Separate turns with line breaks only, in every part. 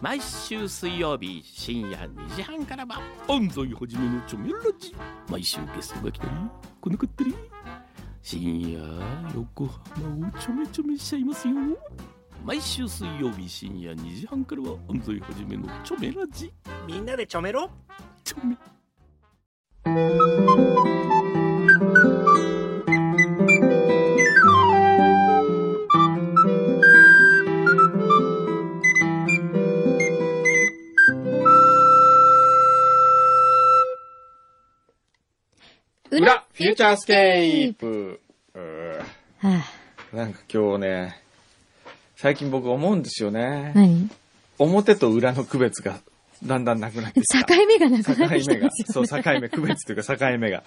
毎週水曜日深夜2時半からは安西はじめのチョメラジ毎週ゲストが来たり来なかったり深夜横浜をちょめちょめしちゃいますよ毎週水曜日深夜2時半からは安西はじめのチョメラジ
みんなでちょめろ
チョメ
裏フューチャースケープう
はあ、
ーなんか今日ね、最近僕思うんですよね。
何境
表と裏の区別がだんだんなくなってきた。
目がなくなってきた
境目
んで
が。
す
そ
よ
う、
ね。
境目、区別というか境目が。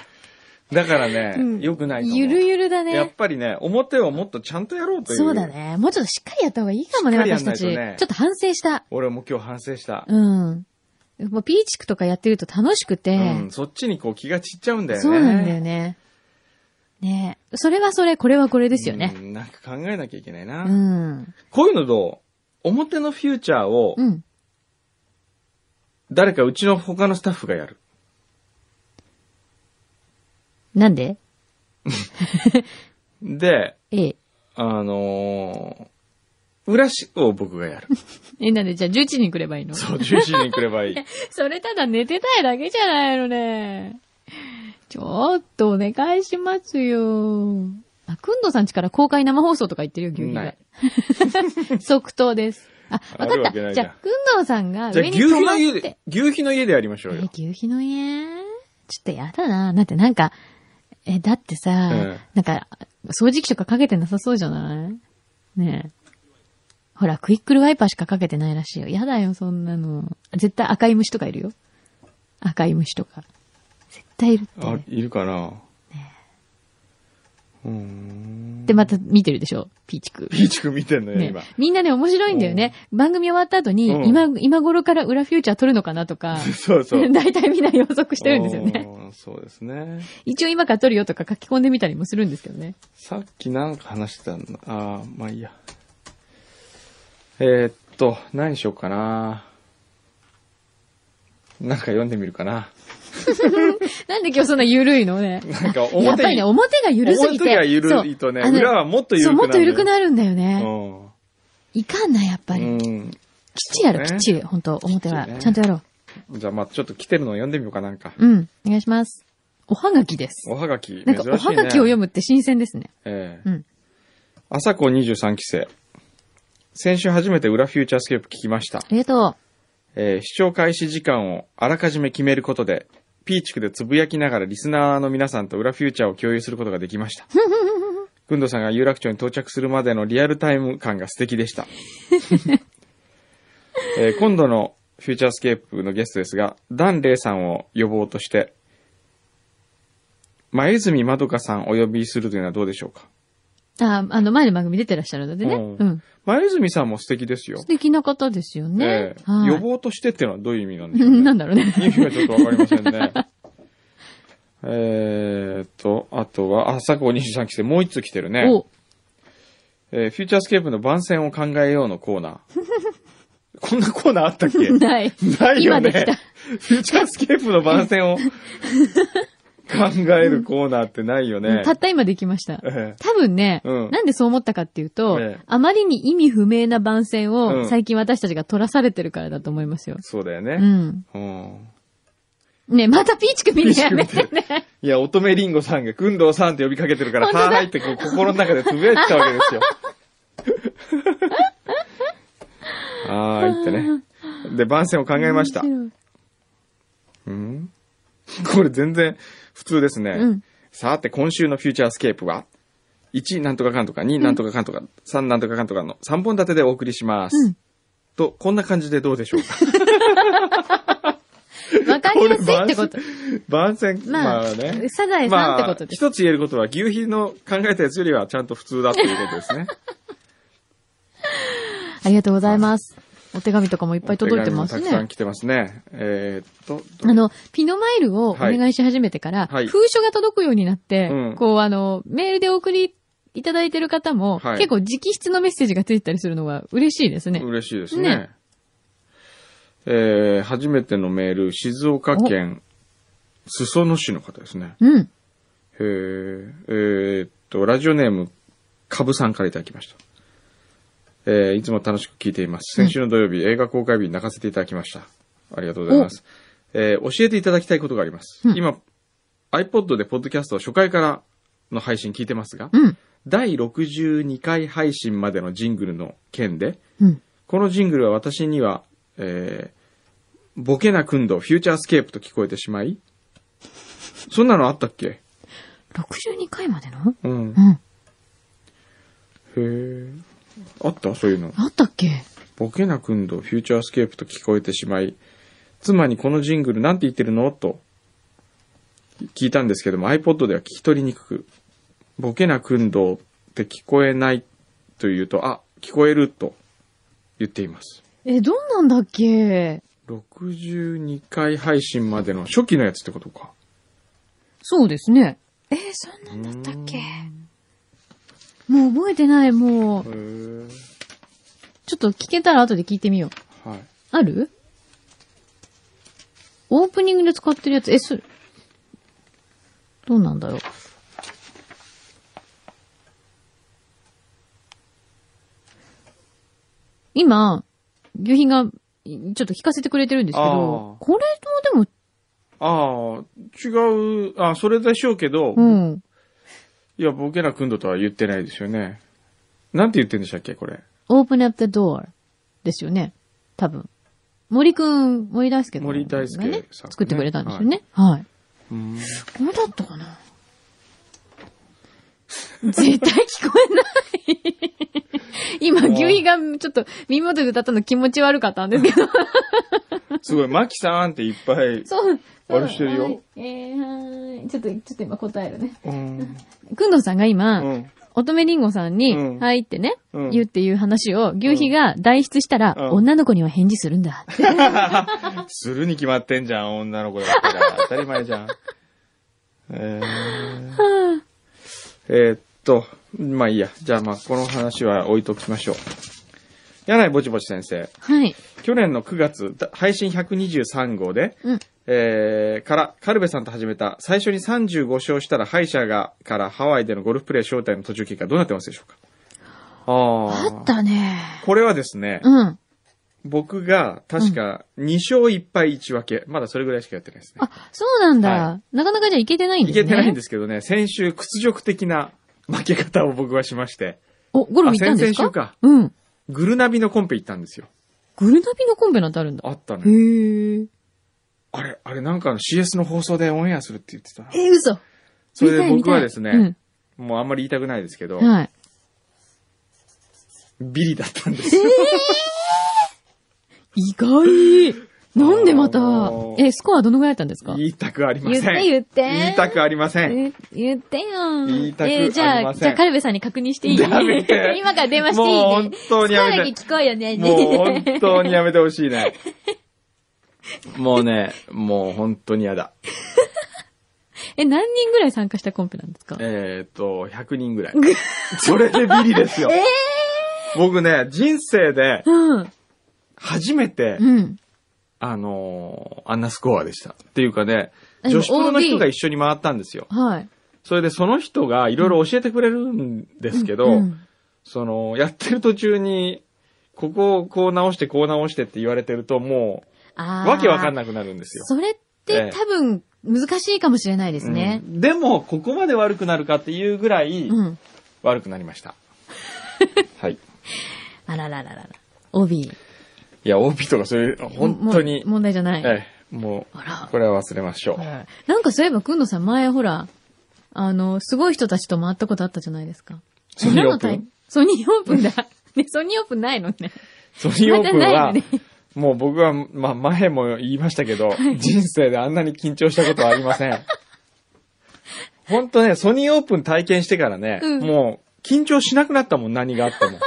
だからね、
うん
良くないと思う。
ゆるゆるだ
やっ
ね。
ぱりね、表をもっとちゃんとやろうという。
そうだ。ね。もうちょっとしっかりやった方がいいかもね、
しっかりやん
私た
ない
ち。ち
と
ょ
ね
っと反省した。
俺も今日反省した。
うん。もうピーチクとかやってると楽しくて。
うん、そっちにこう気が散っちゃうんだよね。
そうなんだよね。ねえそれはそれ、これはこれですよね
う。んなんか考えなきゃいけないな。
うん。
こういうのどう表のフューチャーを
うん。
誰かうちの他のスタッフがやる。
なんで
で、
ええ。
あのー、裏しを僕がや る。
え、なんでじゃあ11人くればいいの
そう、重心に来ればいい。
それただ寝てたいだけじゃないのね。ちょっとお願いしますよ。あ、くんどさんちから公開生放送とか言ってるよ、牛乳
な
が
い。
即答です。あ、
あ
わか
るわ
っ
けな
た。
い
じ
じゃん
ゃあ、くんどさんが
じゃあ、
上に
牛
泊
皮
ま
の
っ
家
て
で。、牛皮の家でやりましょう
え
よ。、
牛皮の家ちょっとやだな。だってなんか、え、だってさ、
うん
なんか、掃除機とかかけてなさそうじゃないねえ。ほら、クイックルワイパーしかかけてないらしいよ。やだよ、そんなの。絶対赤い虫とかいるよ。赤い虫とか。絶対いるって、
あ
ね。、
いるかなうーん。
で、また見てるでしょピーチク。
ピーチ君見てんのよ、
ね
今。、
みんなね、面白いんだよね。番組終わった後に、
うん
今、今頃から裏フューチャー撮るのかなとか、
そ うそう。
大体みんな予測してるんですよね。
おー。そうですね。
一応今から撮るよとか書き込んでみたりもするんですけどね。
さっきなんか話してたんだ。ああ、まあいいや。えー、っと、何しようかな。なんか読んでみるかな。
なんで今日そんな緩いのね。
なんか表に
やっぱりね、表が緩すぎて。
表が緩いとね、
そうあの
裏はもっと緩くなる。
そう、もっと緩く
る。
なるんだよ
う
ね。
ん。
いかんな、やっぱ
う
り。
ん。
きっちりやろう、き
そ
っ
うね
ちり。本当表
きっちり
は。
ね
ちゃんとやろ
じゃあ、まあちょっと来てるのを読んでみようかなんか。
う。うん。お願いします。おはがきです。
おはがき、珍しい
な
ね。
んか、おはがきを読。むって新鮮ですね。
ええ
うん。
朝子23期生。先週初めて裏フューチャースケープ聞きました。
ありがと
えー視聴開始時間をあらかじめ決めることで、ピーチクでつぶやきながらリスナーの皆さんと裏フューチャーを共有することができ ました。くんどさんが有楽町に到着するまでのリアルタイム感が素敵でした。えー今度のフューチャースケープのゲストですが、ダン・レイさんを呼ぼうとして、前泉まどかさんお呼びするというのはどうでしょうか
う。あ、あの、前の番組出てらっしゃるのでね。
うん
うん。
前泉さんも素敵ですよ
素。敵な方ですよね
え。ー
はい
呼ぼうとしてっていうのはどういう意味なんでしょう、ね、
なんだろうね。
意味がちょっとわかりませんね。えーっと、あとは、あ、佐久23期生、もう一つ来てるね。
お、
えーフューチャースケープの番宣を考えようのコー ナー。こんなコーナーあったっ け
ない。
ないよ
今で
ね。
きた。
フューチャースケープの番宣 を考えるコーナーってないよね。
たった今できました。
え
多分ね、
うん
なんでそう思ったかっていうと、
ええ
あまりに意味不明な番宣
う
を
ん
最近私たちが取らされてるからだと思いますよ
ー。そうだよ
う
ね。
ん。
うん。
ねまたピーチく見るのやめ
ピー
てね。
いや、乙女りんごさんが、くんどうさんって呼びかけてるから、
本当だ
はーいってこう心の中でつぶやいてたわ けですよ。はーいってね。で、番宣を考えました。
面
うんこれ全然普通ですね。
ん
さて、今週のフューチャースケープは、1なんとかかんとか、2なんとかかんとか、3なんとかかんとかの3本立てでお送りします。と、こんな感じでどうでしょう か。
白いわかりやすいってこと。
番宣、
ま
ま
あ
あね。
サザエさんってことです
まあ、一つ言えることは、牛皮の考えたやつよりはちゃんと普通だということですね。
ありがとうございます。お手紙とかもいっぱい届いてます
お手紙もたくさ
ね
ん。来てますね。えーっと、ど
あの、ピノマイルをお願いし始めてから、
はい
封書が届くようになって、
うん
こうあの、メールでお送りいただいてる方も、
はい
結構直筆のメッセージがついてたりするのが嬉しいですね。
嬉しいですね。
ね
えー、初めてのメール、静岡県裾野市の方ですね。
うん。
えー、えーっと、ラジオネーム、かぶさんからいただきました。えー、いつも楽しく聞いています。先週の土曜日、映画公開日に泣かせていただきました。ありがとうございます。えー、教えていただきたいことがあります。
うん
今、iPod でポッドキャストを初回からの配信聞いてますが、
うん。
第62回配信までのジングルの件で、
うん。
このジングルは私には、えー、ボケなくんど、フューチャースケープと聞こえてしまい、そんなのあったっけ
62回までの
うん。へ
うん。
え。あったそういうの。
あったっけ
ボケなくんど、フューチャースケープと聞こえてしまい、妻にこのジングルなんて言ってるのと聞いたんですけども、iPod では聞き取りにくく、ボケなくんどって聞こえないというと、あ、聞こえると言っています。
え、どんなんだっけ
62回配信までの初期のやつってことか。
そうですね。えーそんなんだったっけもう覚えてない、もう
へ。え。
ちょっと聞けたら後で聞いてみよう。
はい。
あるオープニングで使ってるやつ、え、それ、どうなんだろう。今、牛品が、いちょっと聞かせてくれてるんですけど
あ、ー
これもで
ああ、違う、あ、それでしょうけど、
も、うん。
いや、ボケなくんどとは言ってないですよね。なんて言ってんでしたっけ、これ。
open up the door ですよね。多分。森くん、森大輔くんがね、
森大輔さんね
作ってくれたんですよね。はい
うん。
これだったかな絶対聞こえない 今、
あー
牛皮がちょっと耳元で歌ったの気持ち悪かったんですけ ど。
すごい、マキさんっていっぱい。
そう。
あれしてるよ
はいえー、はーい。ちょっと、ちょっと今答えるね。
うん。
くんどうさんが今、
うん。
乙女りんごさんに、
うん
はいってね、
うん
言うっていう話を、牛皮が代筆したら、
うん
女の子には返事するんだって。
するに決まってんじゃん、女の子だったら。当たり前じゃん。 えー、えーっと、まあいいや。じゃあまあ、この話は置いときましょう。柳井ぼちぼち先生。
はい。
去年の9月、だ配信123号で、
うん
えー、から、カルベさんと始めた、最初に35勝したら、歯医者が、からハワイでのゴルフプレー招待の途中経過、どうなってますでしょうかあ
あったね。
これはですね、
うん。
僕が、確か、2勝1敗1分け。まだそれぐらいしかやってないですね
あ。、そうなんだ。
は
なかなかじゃいけてないん
い
ですね。
けてないんですけどね、先週、屈辱的な負け方を僕はしまして、
お、ゴルフ行ったんです
あ
か
先々週か
うん。
グルナビのコンペ行ったんですよ。
グルナビのコンペなんてあるんだ。
あった
へ
ね。
ー。
あれ、あれなんかの CS の放送でオンエアするって言ってたな
え。ー、嘘。
それ
見た
で
い
僕はですね、
見た
もうあんまり言いたくないですけど、
いうん。はい。
ビリだったんで
え
す。
ー意外 なんでまた
あの、ー
え、スコアどのぐらいだったんですか
言いたくありま
言
せ
っ
ん。
て言って。
言いたくありません。
言言ってよ。
言いたく
えーじゃ
あり
あ、
ません
じゃあ、カルベさんに確認していい今
やめて
から電話していい
もう本当にや
スコアだけ
めて。
聞こうよね。
もう本当にやめてほしいね。もうね、もう本当にやだ。
え、何人ぐらい参加したコンペなんですか
えっ、と、100人ぐらい。それでビリです よ。僕ね、人生で
うん。
初めて、
うん。
あのーあんなスコアでした。っていうかね、
でも
女子プロの
OB
人が一緒に回ったんですよ。
はい。
それでその人がいろいろ教えてくれるんですけど、
うん
その、やってる途中に、ここをこう直して、こう直してって言われてると、もう、
あー
わけわかんなくなるんですよ。
それっ
え
て
え
多分難しいかもしれないですね
う。んでも、ここまで悪くなるかっていうぐらい
うん。、
悪くなり ました。はい。
あららららら。帯。
いや、OP とかそういう、本当に
も、問題じゃない。
ええ、も
あら
う、これは忘れましょう。
はいなんかそういえば、くんのさん前ほら、あの、すごい人たちと回ったことあったじゃないですか。
ソニーオープン
何の大ソニーオープンだ。ね、ソニーオープンないのね。
ソニーオープン
まだな
は、
いよね
もう僕は、まあ、前も言いましたけど、人生であんなに緊張したことはありま せん。本当ね、ソニーオープン体験してからね、
うん
もう、緊張しなくなったもん、何が あっても。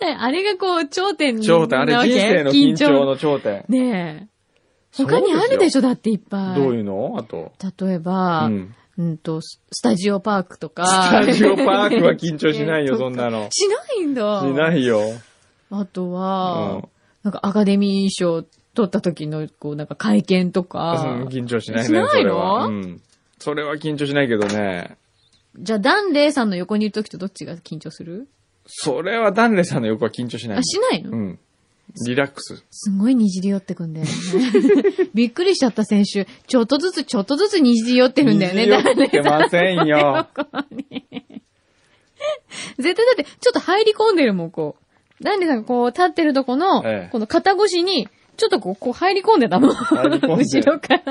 ねあれがこう、頂点に。
頂点、あれ人生の緊張の頂点。
ねえ。他にあるでし
ょ
ょだっていっぱい。
どういうのあと。
例えば、
う
うん、
ん。
と、ススタジオパークとか。
スタジオパー クは緊張しない
え
よ、
ー
そんなの。
しないんだ。
しないよ。
あと
う
は、
ん
なんかアカデミー賞取った時の、こう、なんか会見と
うん
か、
緊張しないね、
しないの
それは。うん。それは緊張しないけどね。
じゃあダンレイさんの横にいる時とどっちが緊張する
それはダンレさんの横は緊張しない
あ、しないの、
うん。リラックス。
すごいにじり寄ってくんだよね。 びっくりしちゃった先週。ちょっとずつちょっとずつにじり寄ってるんだよね、ダンレ
っ
イさ
て
んの
ません よ。
横に。絶対だって、ちょっと入り込んでるもん、こう。ダンレイさんがこう立ってるとこの、
ええ
この肩越しに、ちょっとこう、こう入り込んでたもん。
入り込んで
後ろから。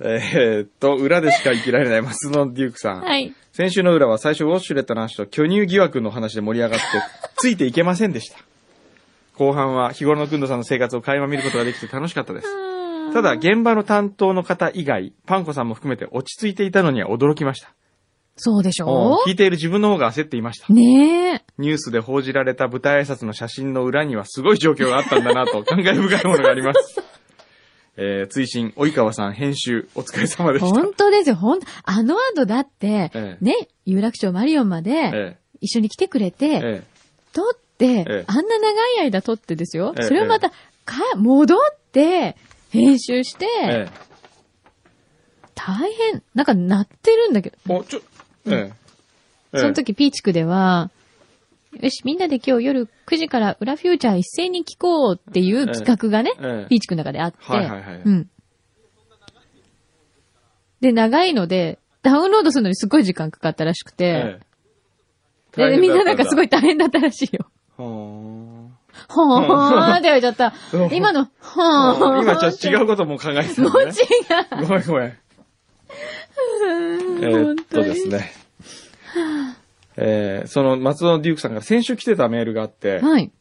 えーっと、裏でしか生きられないマスノンデュークさん。
はい。
先週の裏は最初ウォッシュレットの話と巨乳疑惑の話で盛り上がって、ついていけませんでした。後半は日頃のくんどさんの生活を垣間見ることができて楽しかったです。ただ、現場の担当の方以外、パンコさんも含めて落ち着いていたのには驚きました。
そうでしょ
聞いている自分の方が焦っていました。
ねえ。
ニュースで報じられた舞台挨拶の写真の裏にはすごい状況があったんだなと感慨深いものがあ ります。えー、追伸、及川さん編集、お疲れ様でした。
本当ですよ、本当あの後だって、
ええ
ね、有楽町マリオンまで
え
一緒に来てくれて、
え、え
撮って、
ええ
あんな長い間撮ってですよ。
ええ
それをまた、か、戻って、編集して、
え、え
大変、なんか鳴ってるんだけ
え、
ど、
お、ちょ、ええ、
その時ピーチクでは、よし、みんなで今日夜9時から裏フューチャー一斉に聞こうっていう企画がね、
ええ、え
ピ
え
ーチクの中であって、
はいはいはい
うん。で、長いので、ダウンロードするのにすごい時間かかったらしくて、
ええ
で、みんななんかすご
い。
い大変だったらしいよ。
ほ
ほーんって言われちゃった
うん。
今の、ほ
ーん
ーん。
今ちょっと違
う。
うことも考えてた
も
ん
う
だ
違
ね
う。。
ごめんごめん。え
本
ーっ
当
と
に
です。ね。えー、その松尾デュークさんから先週来てたメールがあって、
はい。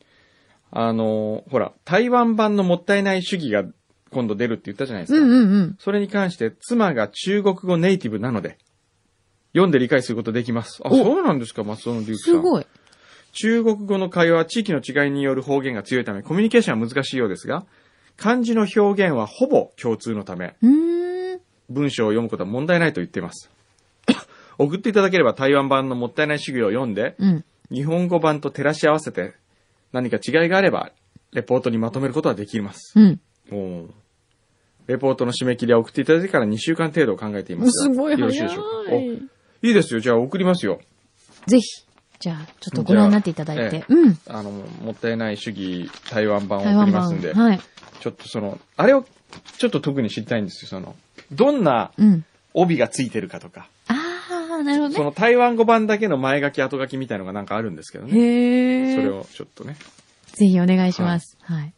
あのーほら、台湾版のもったいない主義が今度出るって言ったじゃないです
う
か。
んうんうん。
それに関して、妻が中国語ネイティブなので、読んで理解することできます。あ、
お
そうなんですか、松尾の龍さん。
すごい。
中国語の会話は地域の違いによる方言が強いため、コミュニケーションは難しいようですが、漢字の表現はほぼ共通のため、
うーん。
文章を読むことは問題ないと言って います。送っていただければ台湾版のもったいない主義を読んで、
うん。
日本語版と照らし合わせて、何か違いがあれば、レポートにまとめることはできます。
うん。
おレポートの締め切りは送っていただいてから2週間程度を考えていますが。
すごい早
よろ
い
しいでしょうか。おいいですよ。じゃあ送りますよ。
ぜひ。じゃあ、ちょっとご覧になっていただい
じゃ
て。うん。
あの、もったいない主義台湾版を
台
送
湾
ります
版。
んで。
はい。
ちょっとその、あれをちょっと特に知りたいんですよ。その、どんな
うん。
帯がついてるかとか。
あー、なるほ
そ
どね。
の台湾語版だけの前書き後書きみたいのがなんかあるんですけどね。
へー。
それをちょっとね。
ぜひお願いします。はい。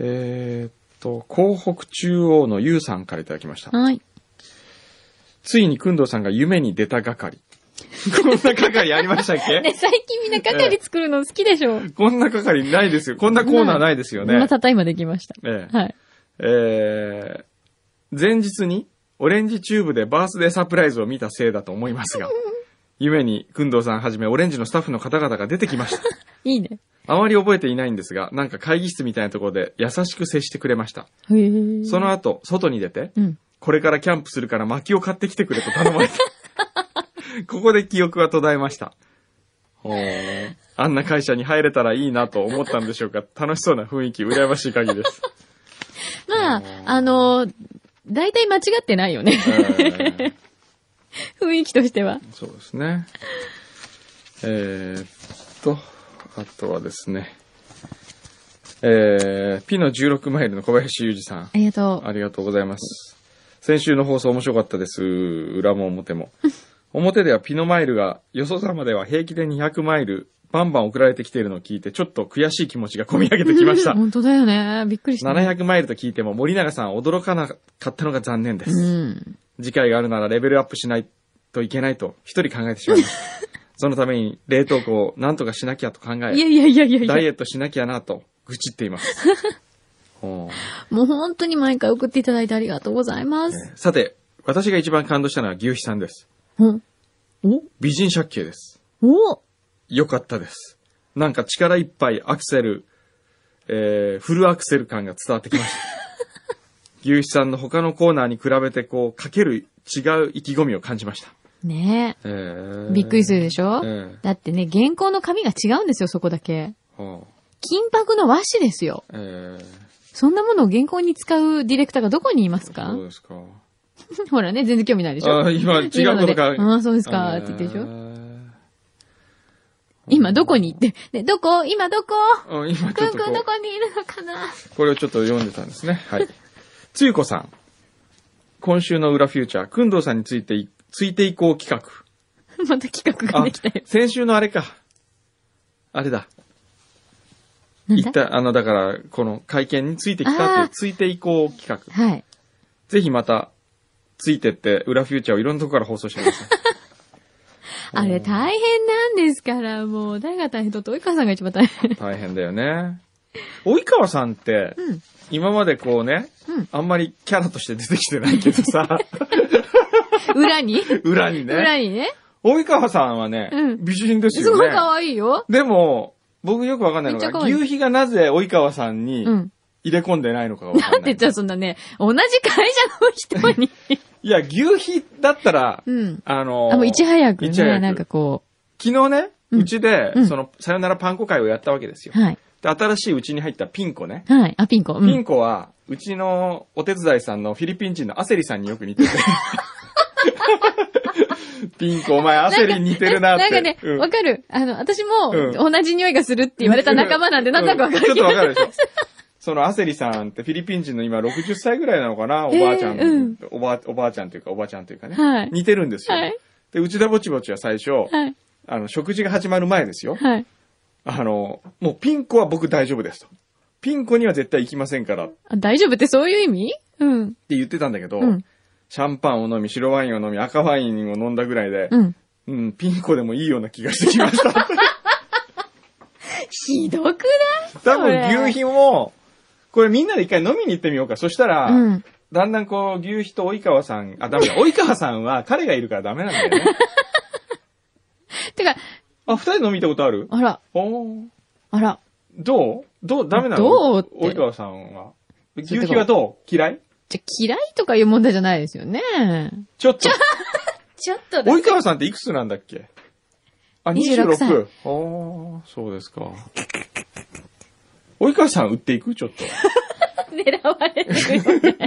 えーっと、広北中央のゆうさんからいただきました。
はい。
ついにくんどうさんが夢に出 た係。こんな係ありましたっけ
ね、最近みんな係作るの好きでしょ。
こんな係ないですよ。こんなコーナーないですよ
ま
ね
あ。たった今できました。
ええ
はい。
えー前日にオレンジチューブでバースデーサプライズを見たせいだと思いますが、 夢に、くんどうさんはじめオレンジのスタッフの方々が出てきました。
いいね。
あまり覚えていないんですが、なんか会議室みたいなところで優しく接してくれました。
へー。
その後、外に出て、
うん。
これからキャンプするから薪を買ってきてくれと頼まれた。ここで記憶は途絶えました。ほーあんな会社に入れたらいいなと思ったんでしょうか。楽しそうな雰囲気、羨ましい限りです。
まあ、あのー、大体間違ってないよね。
えー
雰囲気としては。
そうですね。えーっと、あとはですね。えー、ピの16マイルの小林裕二さん
あ。りが と
ありがとうございます。先週の放送面白かったです。裏も 表も。表ではピノマイルが、よそ様では平気で200マイル、バンバン送られてきているのを聞いて、ちょっと悔しい気持ちが込み上げてきました。
本当だよね。びっくりした。
700マイルと聞いても森永さん驚かなかったのが残念です。
うん。
次回があるならレベルアップしないといけないと、一人考えてしまい ました。そのために冷凍庫を何とかしなきゃと考
いや
え、
いやいやいやい
ダイ
や。
エットしなきゃなと、愚痴って います。ほう
もう本当に毎回送っていただいてありがとうございま
え
す。
ーさて、私が一番感動したのは牛皮さんです。
うん
美人借景です。
お
よかったです。なんか力いっぱいアクセル、えー、フルアクセル感が伝わってき ました。牛皮さんの他のコーナーに比べて、こう、かける違う意気込みを感じました。
ね
えー
え。びっくりするでしょ
ええ
だってね、原稿の紙が違うんですよ、そこだけ。
はあ
金箔の和紙ですよ。
えー、
そんなものを原稿に使うディレクターがどこにいますか
そうですか。
ほらね、全然興味ないでしょ
あ今違うこと
今ので
か
ああ、そうですか、って言ってるでし
え
ょ
ー
今どこに行って、ね、どこ今どこ
うん今ち
く
ょっ
ん
と
くんど
こ
こにいるのかな
うこれをちょっと読んでたんですね。はい。つゆこさん。今週の裏フューチャー、くんどうさんについてい、ついていこう企画。
また企画が
あ
できたよ。、
先週のあれか。あれだ。
なん
言
だ
った、あの、だから、この会見についてきたってい
あー
う、ついていこう企画。
はい。
ぜひまた、ついてって、裏フューチャーをいろんなとこから放送して ください。
あれ
うん
大変なんですから、もう、誰が大変だって、及川さんが一番大変。
大変だよね。及川さんって、
うん
今までこうね、
うん
あんまりキャラとして出てきてないけどさ、
裏に、
裏に
裏
ね。
にね。
及川さんはね、
うん
美人です
す
よ
ごい
ね。
可愛いよ。
でも、僕よくわかんないの
めっちゃ
が、
可愛い
牛皮がなぜ及川さんに
うん。
入れ込んでないのかがわかん
な
な い。
んでじゃあそんなね、同じ会社の人に。
いや、牛皮だったら、
うん。
あの
あ、もういち早く
いち早
ね、
く
なんかこ
昨日ね、
うん
うちで、
うん
その、さよならパン粉会をやったわけですよ
う。。はい。
で、新しいうちに入ったピンコね。
はい。あ、ピンコ。う
ピン
ん。
コは、うちのお手伝いさんのフィリピン人のアセリさんによく似て て。ピンコ、お前アセリに似てるなって。
なんかね
う、
わかる。あの、私も、
うん
同じ匂いがするって言われた仲間なんで、なんとなくわか
うんちょ
る
っ
けど。
とわか るでしょ。そのアセリさんってフィリピン人の今60歳ぐらいなのかなおばあちゃん、
えーうん
おばあ、おばあちゃんというかおばあちゃんというかね。
はい
似てるんですよ。
はい
で、うちだぼちぼちは最初、
はい。
あの、食事が始まる前ですよ。
はい。
あの、もうピンコは僕大丈夫ですと。ピンコには絶対行きませんからっ
あ大丈夫ってそういう意味うん。
て言ってたんだけど、
うん。
シャンパンを飲み、白ワインを飲み、赤ワインを飲んだぐらいで、
うん。
うん、ピンコでもいいような気がしてき ました。
ひどくない
多
それ
分、牛皮も、これみんなで一回飲みに行ってみようか。そしたら、
うん。
だんだんこう、牛皮と及川さん、あ、ダメだ。及川さんは 彼がいるからダメなんだよね。
てか、
あ、二人飲みに行ったことある
あら、
おー
あら。
どうどうダメなの
どうって
及川さんは。牛皮はどう嫌い
じゃ、嫌いとかいう問題じゃないですよね。
ちょっと。
ちょっ と
及川さんっていくつなんだっけあ、
26歳
26? あーそうですか。及川さん売っていくちょっと。
狙われてくる。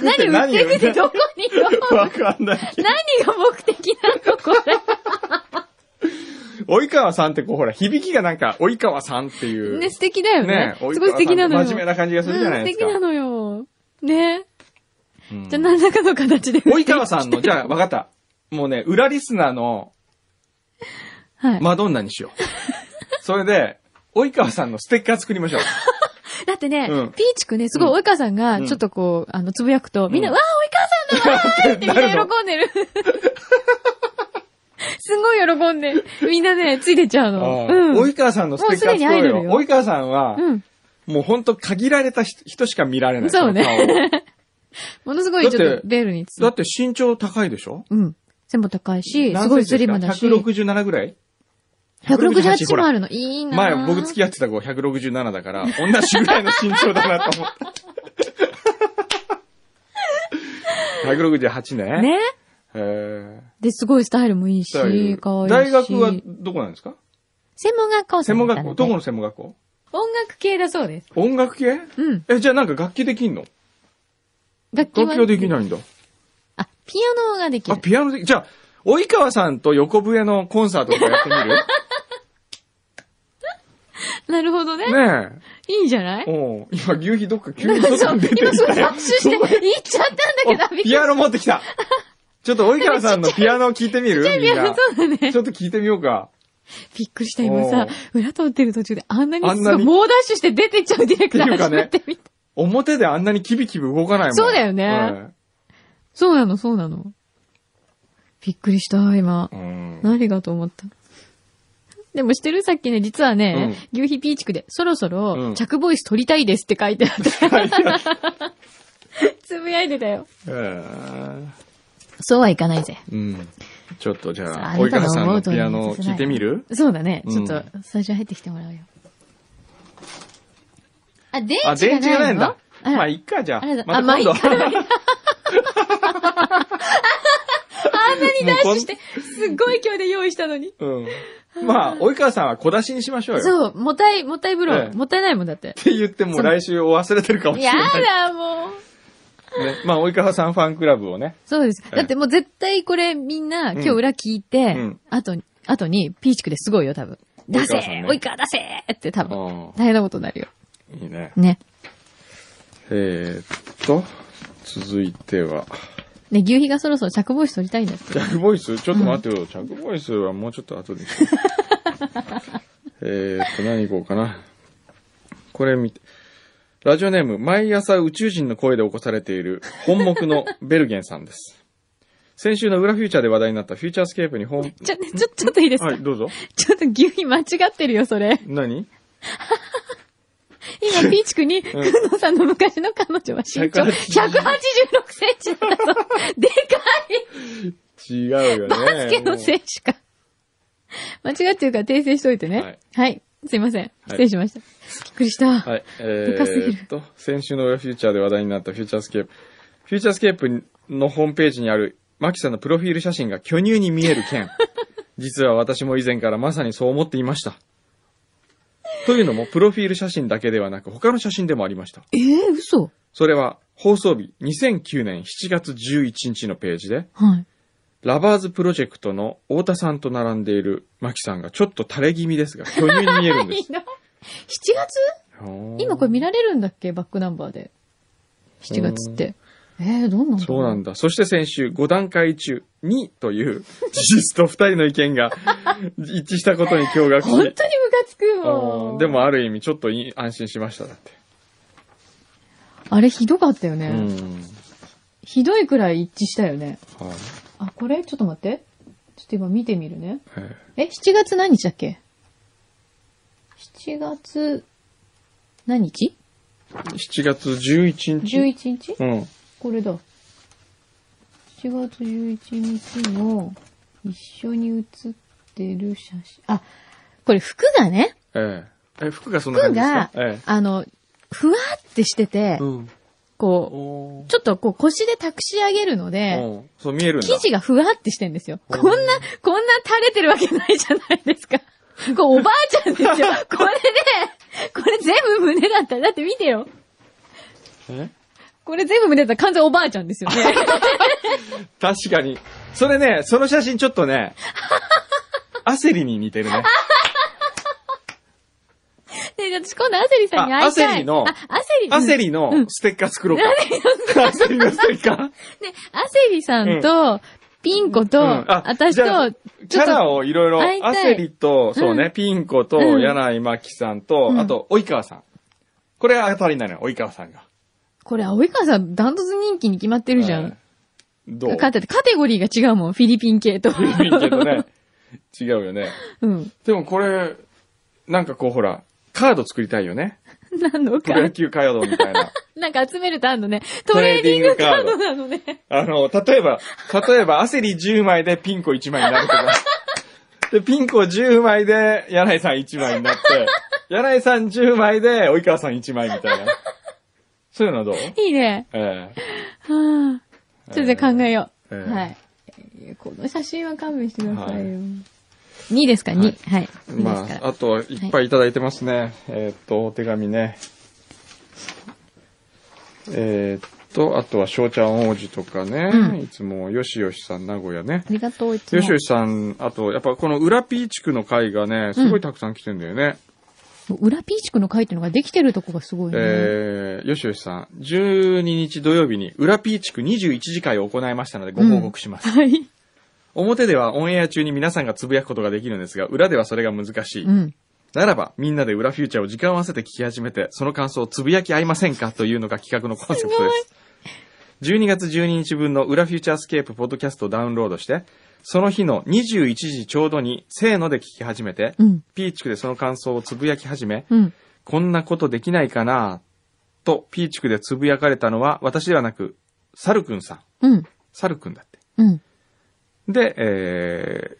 何、
何
売ってくてどこにいよう
わかんないけど。
何が目的なのこ
及川さんってこう、ほら、響きがなんか、及川さんってい
れ。
う。
ね、素敵だよね。
ね
す
及川
ごい
さん
素敵なのよ。
真面目な感じがするじゃないですか
うん素敵なのよ。ね。
うん
じゃあ何らかの形で。
及川さんの、じゃあ、わかった。もうね、裏リスナーの
はい。
マドンナにしよう。 それで、及川さんのステッカー作りましょう。
だってね、
うん
ピーチクね、すごい及川さんが、
ん
ちょっとこう、あの、つぶやくと、みんな、
うん
わあ、及川さんだわーってみん
な
な
る
喜んでる。 すごい喜んで、みんなね、ついてちゃうの。
うん
うん。
及川さんのステッカー作
もうすでにアイド
ろう
ル
よ。
よ
及川さんは、
うん。
もうほんと限られた人人しか見られない。
そうね
その顔を
ものすごい、ちょっとベールに包
だ
む。
って身長高いでしょ
うん。背も高いし、
何
すごい
セ
ス
ンチ
リ
で
ム
すか
だし。
167ぐらい
168
ほ
も
ら
あるの。いいな
前、僕付
き。
き合ってた子167だから、同じぐらいの身長だなと思った。168ね。
ね
へー
で、すごいスタイルもいいし、可愛いし。
大学はどこなんですか
専門学校
専門学校どこ
音
の専門学校
楽系だそうです。
音楽系
うん。
え、じゃあなんか楽器できんの
楽器は。
楽器はできないんだ。
あ、ピアノができ
あ、
る。
ピアノでき、じゃあ、及川さんと横笛のコンサートとかやってみる
なるほどね。
ね
いいんじゃない
え。 おう今、牛皮どっか急
なん
に
か
外
そう
に出て
今す
き
ごい
たよ
拍手して、言っちゃったんだけど、
おピアノ持ってきた。ちょっと及川さんのピアノを 聞いてみるみん
ノ
な。
そうだね。
ちょっと聞いてみようか。
びっくりした、今さ、裏通ってる途中であんな
あ
にす
んな
ご
に
い猛ダッシュして出てっちゃうディレクター初めて見た。
表であんなにキビキビ動かないもん。
そうだよねそうなの、そうなの。びっくりした、今
う。ん。うん。
何がと思った。でもしてるさっきね、実はね、牛皮ピーチクで、そろそ
うん
ろ、着ボイス取りたいですって書いてあっ て。つぶやいてたよ。
えー
そうはいかないぜ。
うん。ちょっとじ
さ
ゃ
あ
あ、
あなた
及川
の
さん
思
の
う通り
ピ
に
アノを聞いてみる
そうだね。ちょっ
う
と、スタジオ入ってきてもらうよ。あ、電
あ、
池
電池
が
がな
ない
いん
の
だ。
あら
まあ、いっか、じゃあ
あら。
また
あまあい
今度。
っかあんなにダッシュして、すっごい勢いで用意したのに。
うん。まあ、及川さんは小出しにしましょうよ。っ
そう、もったい、もったいぶろ
え
う。
え
もったいないもんだって。
て言ってもう来週忘れてるかもしれ
や
ない。
だ、もう。
ね、まあ、及川さんファンクラブをね。
そうです
え。え
だってもう絶対これみんな今日裏聞いて、
うん
後に、後にピーチクですごいよ、多分。出
及
せ
川さんね
おいか出せって多分。
あ
大変なことになるよ。
あ、いいね。
ね。
えー、っと、続いては。
ね、牛皮がそろそろ着帽子取りたいんだって
ジ。ャックボイスちょっと待ってよ。ジャックボイスはもうちょっと後で。 えーっと、何いこうかな。これ見て。ラジオネーム、毎朝宇宙人の声で起こされている本目のベルゲンさんです。先週の裏フューチャーで話題になったフューチャースケープに本、
ちょ、ちょ、ちょっといいですか、
はい、どうぞ。
ちょっと牛皮間違ってるよ、それ。
何
今、ピーチクに、くんのさんの昔の彼女は身長
186
186センチだと。でかい
違うよね。
バスケの選手か。 間違ってるから訂正しといてね。
は
はいい。すいません。失礼しました。びっくりした。
はい。え
でかすぎる
ーっと、先週の裏フューチャーで話題になったフューチャースケープ。フューチャースケープのホームページにある、マキさんのプロフィール写真が巨乳に見える 件。実は私も以前からまさにそう思っていました。というのも、プロフィール写真だけではなく、他の写真でもありました。
ええ嘘
それは、放送日2009年7月11日のページで、
はい。
ラバーズプロジェクトの太田さんと並んでいるマキさんがちょっと垂れ気味ですが、巨乳に見えるんで
いい
す。
な。7月今これ見られるんだっけバックナンバーで。7月って。ええどんなんだろ
そうなんだ。そして先週、5段階中2という事実と2人の意 見が一致したことに驚愕
本当にム
し、
カつく
う
も
ん
ん。
でもある意味ちょっとい安心しました、だって。
あれひどかったよね。
うん
ひどいくらい一致したよね。
はい
あ、これちょっと待って。ちょっと今見てみるね。
え
え、7月何日だっけ ?7 月、何日
ー7月11日。
?11 日
うん。
これだ。7月11日の一緒に写ってる写真。あ、これ服がね、
えええ、服がそんな感
服
じです
が
か、え
あの、ふわってしてて
え。、うん。
こ
お
う、ちょっとこう腰で託し上げるので、
ーうんそう見えるんだ。
生地がふわってしてんですよ。
お
こ
ー
んな、こんな垂れてるわけないじゃないです か。こうおばあちゃんですよ。これで、これ全部胸だったら、だって見てよ。
え
これ全部胸だったら完全おばあちゃんですよね。
確かに。それね、その写真ちょっと ね、アセリに似てるね。
で、私今度アセリさんに会いたい。
あアセリの
あ、アセリ。
アセ
リ。
リのステッカー作ろうか。アセリのステッカー
ね、 アセリさんと、ピンコと、
うんあ
私
じゃあ
と、
キャラをいろいろ
会い、た
ア
い
セリと、そうね、
う
ピンコと、
うん
柳井真紀さんと、
うん
あと、及川さん。これが当たりになるよ、及川さんが。
これ、及川さん、ダントツ人気に決まってるじゃ
はい
ん。。
どう
かってカテゴリーが違うもん、フィリピン系と。フ
いいけどね。違うよね。
うん。
でもこれ、なんかこうほら、カード作りたいよね。
なの
プ
か
ロ。野球カードみたいな。
なんか集めるとあんのね。トレーディングカードなのね。
あの、例えば、例 えば、アセリ10枚でピンコ1枚になるとか。で、ピンコ10枚で、柳井さん1枚になって、柳井さん10枚で、及川さん1枚みたいな。そういうのどう
いいね。
え
はあ。ちょっと考えよう。
ええ
はい。いやこの写真は勘弁してくださいよ。
は
2ですか、2。はい。
え
二
ま
ですか
あ、あと、いっぱいいただいてますね。えーっと、お手紙ね。えーっと、あとは、翔ちゃん王子とかね。
うん
いつも、よしよしさん、名古屋ね
あ。りがとう、いつも。
よしよしさん、あと、やっぱこの裏ピー地区の会がね、すごいたくさん来てんだよね。
裏ピーチクの会っていうのができてるとこがすごいね。
えー、よしよしさん、12日土曜日に裏ピー地区21時会を行いましたのでご報告します。
はい。
表ではオンエア中に皆さんがつぶやくことができるんですが、裏ではそれが難しい。
うん。
ならば、みんなで裏フューチャーを時間を合わせて聞き始めて、その感想をつぶやき合いませんかというのが企画のコンセプトです。12月12日分の裏フューチャースケープポッドキャストをダウンロードして、その日の21時ちょうどに、せーので聞き始めて、
うん。
ピーチクでその感想をつぶやき始め、
うん。
こんなことできないかなと、ピーチクでつぶやかれたのは、私ではなく、サルくんさん。
うん。
サルくんだって。
うん。
で、えー、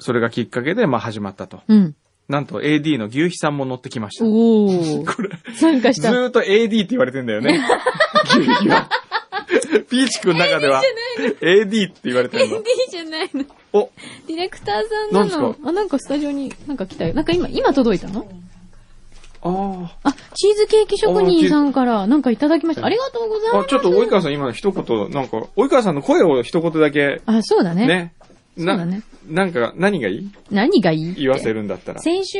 それがきっかけで、まあ始まったと。
うん。
なんと AD の牛皮さんも乗ってきました。
おー。
これ、
参加し
ず
た。
ーっと AD って言われてんだよね。牛皮は。ピーチくんの中では、AD って言われてる
AD
の。
じゃないの。
お、
ディレクターさん
なん
な
す
の。
か
あ、なんかスタジオになんか来たよ。なんか今、今届いたの
あ
あ、チーズケーキ職人さんからなんかいただきました。ありがとうござい
あ。
ま
あ、
す。
ちょっと及川さん今の一言、なんか、及川さんの声を一言だけ、
あ、そうだね。
ね。
そうだ
な、
ね。
なんか、何がいい
何がいいって
言わせるんだったら。
先週、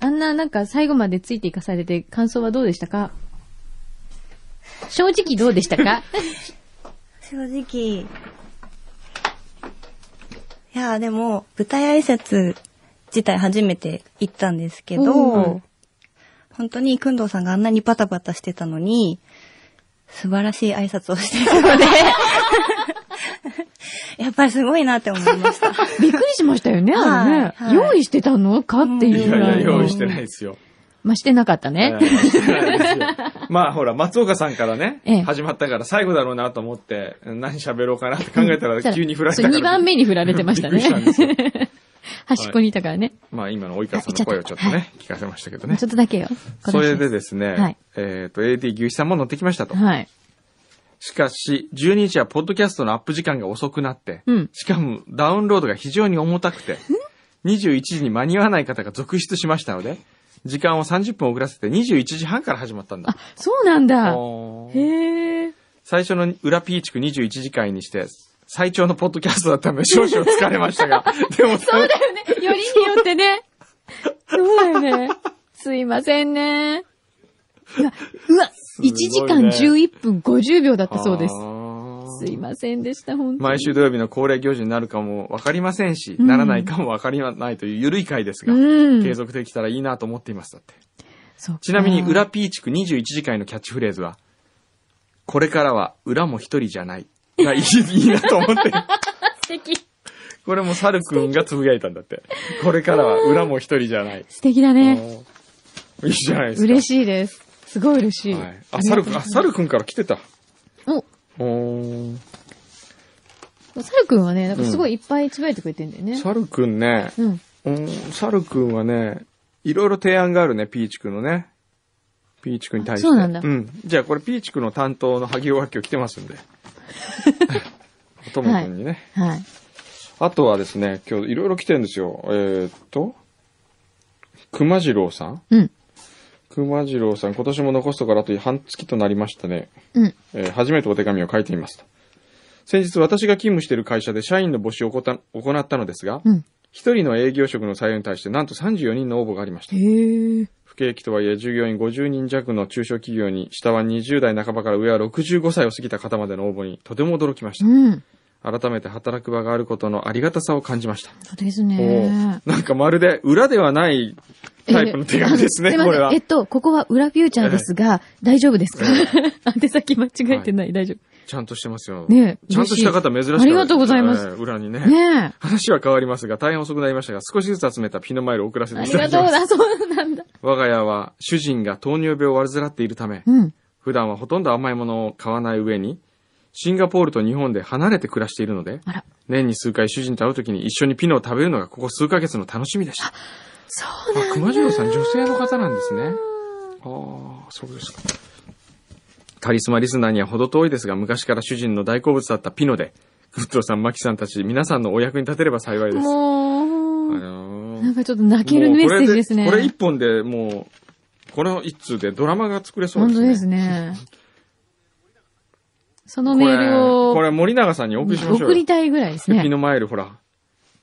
あんななんか最後までついていかされて感想はどうでしたか正直どうでしたか
正直。いやーでも、舞台挨拶自体初めて行ったんですけど、
うん
本当に、くんどうさんがあんなにバタバタしてたのに、素晴らしい挨拶をしてたので、 やっぱりすごいなって思いました。
びっくりしましたよね、あれね。
はいはい
用意してたのかって
い
いうぐ
やい
ら
や、
いの。
用意してないですよ。
まあ、してなかったね。
えーしてないですよまあほら、松岡さんからね、
ええ
始まったから最後だろうなと思って、何喋ろうかなって考えたら急に振られ た
そう
から。
2番目に振られてました
びっくりしたんで
ね。端っこにいたからね。
まあ今の及川さんの声をちょっとね、聞かせましたけどね
ちょ。っとだけよ。
それで
で
ですね、
はい
えっ、と、AD 牛久さんも乗ってきましたと。
はい。
しかし、12日はポッドキャストのアップ時間が遅くなって、
うん
しかもダウンロードが非常に重たくて、21時に間に合わない方が続出しましたので、時間を30分遅らせて21時半から始まったんだ
あ。、そうなんだ。
おー
へえ。
最初の裏ピーチク21時間にして、最長のポッドキャストだったので少々疲れまし たが、でも、
そうだよね。よりによってね。そうだよね。すいませんね。うわ、うわ、1時間11分50秒だったそうです。すいませんでした、本当に。
毎週土曜日の恒例行事になるかもわかりませんし、
うん
ならないかもわかりないという緩い回ですが、
うん
継続できたらいいなと思っています。だって。
そうか
ちなみに、裏ピーチク21時間のキャッチフレーズは、これからは裏も一人じゃない。 がいいいいなと思って。
素敵。
これもサルくんがつぶやいたんだって。これからは裏も一人じゃない。
素敵だね。
おーいいじゃないですか。
嬉
し
しいです。すごい嬉しい。
はい、あ、サルくん、あ、サルくんから来てた。
お、
お
サルくんはね、なんかすごいいっぱいつぶやいてくれてんだよね。
サルくんね、
うん。
うん、サルくんはね、いろいろ提案があるね、ピーチくんのね。ピーチくんに対して。
あそうなんだ
じゃあこれピーチくんの担当の萩尾が今日来てま すんで。ともくんにね。
はい。
あとはですね、今日いろいろ来てるんですよ。えー、っと、熊次郎さん
うん。
熊次郎さん、今年も残すところあと半月となりましたね。
うん。
えー初めてお手紙を書いてみますと。先日私が勤務している会社で社員の募集を行った行ったのですが、
うん。
一人の営業職の採用に対してなんと34人の応募がありました。
へえ。
不景気とはいえ従業員50人弱の中小企業に下は20代半ばから上は65歳を過ぎた方までの応募にとても驚きまし
うん。
た。改めて働く場があることのありがたさを感じました。
そうです
お
ね
ー。なんかまるで裏ではないタイプの手紙ですね、
えーあ
こ
の
れ
いま
は
せんえっ。と、ここは裏フューチャーですが、大丈夫ですか 宛先間違えてない、大丈
ちゃんとしてますよ。
夫。ねえ。
ちゃんとした方珍しい。
ありがとうございます
えー裏にね。
嬉しい。ねえ。
話は変わりますが、大変遅くなりましたが、少しずつ集めたピノマイルを送らせて
あ
い
り
た
が
だき
とう
ま
ご
す。
ざいます。そうなんだ。
我が家は主人が糖尿病を患っているため、
うん。
普段はほとんど甘いものを買わない上に、シンガポールと日本で離れて暮らしているので、
あら。
年に数回主人と会うときに一緒にピノを食べるのがここ数ヶ月の楽しみでした。
そう
あ、熊次郎さん女性の方なんですね。ああ、そうですか。カリスマリスナーには程遠いですが、昔から主人の大好物だったピノで、グッドさん、マキさんたち、皆さんのお役に立てれば幸いです。あ
もう、
のー
なんかちょっと泣けるメッセージですね。
もうこれでこれ一本でもう、この一通でドラマが作れそう
本
です
当
ね。
ですね。そのメールを
これ、これ森永さんにお送りしましょうよ。
送りたいぐらいです
ピ
ね。
ノマイル、ほら。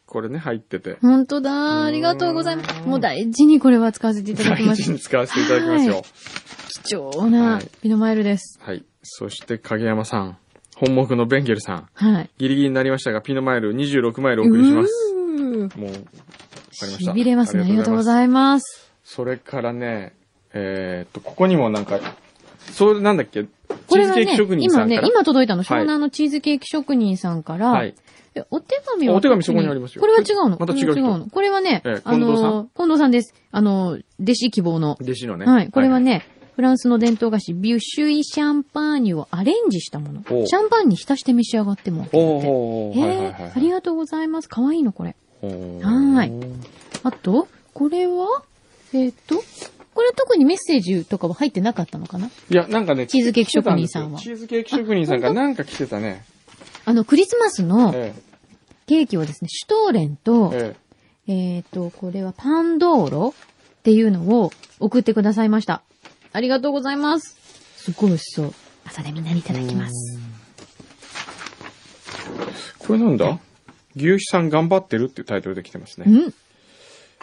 これね、入ってて。
本当だ。ありがとうございます。もう大事にこれは使わせていただきま
大
す
事。に使わせていただきます
は
よ
い。貴重なピノマイルです。
はい。そして、影山さん。本目のベンゲルさん。
はい。
ギリギリになりましたが、ピノマイル26マイルお送りします。
うー
もう、わかりました。
しびれますね。ありがとうご
いま
ざいます。
す。それからね、えー、っと、ここにもなんか、それなんだっけ、
これは
チーズケー
ね、
キ職人さ
今
んか
ね
ら、。
今届いたの、
はい
湘南のチーズケーキ職人さんから、
はい。
えお手紙は
お手紙そこにありますよ
これは違うの
また
これ
違う
は
人
の。これはね、
ええ
あ
近藤さん
の、近藤さんです。あの、弟子希望の。
弟子のね。
はい。これはね、フランスの伝統菓子、ビュッシュイシャンパーニュをアレンジしたもの。
おう
シャンパンに浸して召し上がってもらって。
おーおーおー
へ
はい
え、
はいはい
ありがとうございます。かわいいの、これ。
はい。
はい
おー
あと、これは、えっ、と、これ特にメッセージとかは入ってなかったのかない
や、なんかね、
チーズケーキ職人さんは
来てたですよチーズケーキ職人さんがなんか来てたね。
あの、クリスマスの
え
ケーキをですね、シュトーレン
え
と、
え
えっ、と、これはパンドーロっていうのを送ってくださいました。ありがとうございます。すごい美味しそう。朝でみんなにいただきます。
えこれなんだ牛肥さん頑張ってるっていうタイトルで来てます
う
ね。
ん、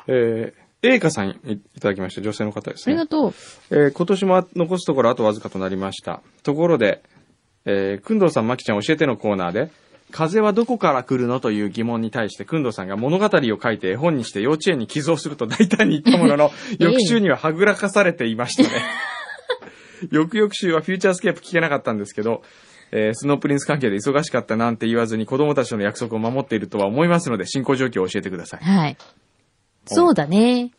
ええ、栄華さんいいただきました。女性の方です
あり
ね
が。とう。
えー今年も残すところあとわずかとなりました。ところで、えー、くんどうさん、まきちゃん教えてのコーナーで、風はどこから来るのという疑問に対して、くんどうさんが物語を書いて絵本にして幼稚園に寄贈すると大胆に言ったものの、
え
翌週にははぐらかされていました ね。翌々週はフューチャースケープ聞けなかったんですけど、えースノープリンス関係で忙しかったなんて言わずに子供たちとの約束を守っているとは思いますので、進行状況を教えてください。
はい。そうだね。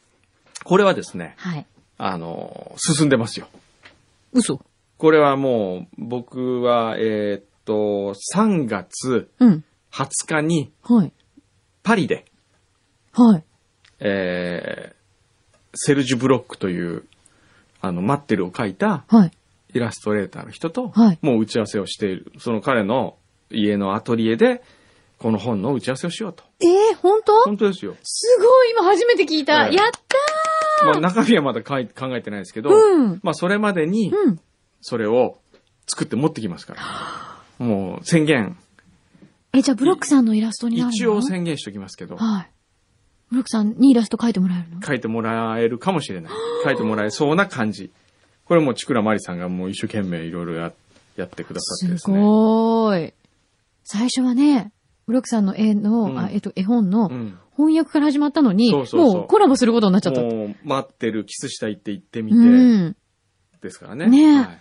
これはですね、
はい。
あのー進んでますよ。
嘘。
これはもう、僕は、えーっと、3月
うん。
20日に
はい。
パリで、
はい。
えーセルジュ・ブロックという、あの、待ってるを書いた
はい。
イラストレーターの人と、
はい
もう打ち合わせをしている。その彼の家のアトリエで、この本の打ち合わせをしようと。
えー、本当
本当ですよ。
すごい今初めて聞いた、
ええ
やった
まあ、中身はまだかい考えてないですけど、
ーうん
まあ、それまでに、
うん。
それを作って持ってきますから。もう、宣言。
え、じゃあブロックさんのイラストになるの
一応宣言しときますけど。
はい。ブロックさんにイラスト描いてもらえるの
書いてもらえるかもしれない。書いてもらえそうな感じ。これもちくらまりさんがもう一生懸命いろいろややってくださってですすね。
ごーい。最初はね、ブロックさんの絵の、
うん
あえっと、絵本の
うん
翻訳から始まったのに、
そうそうそう
もうコラボすることになっちゃった。
もう待ってる、キスしたいって言ってみ
う
て、
ん。
ですからね。
ねえ
は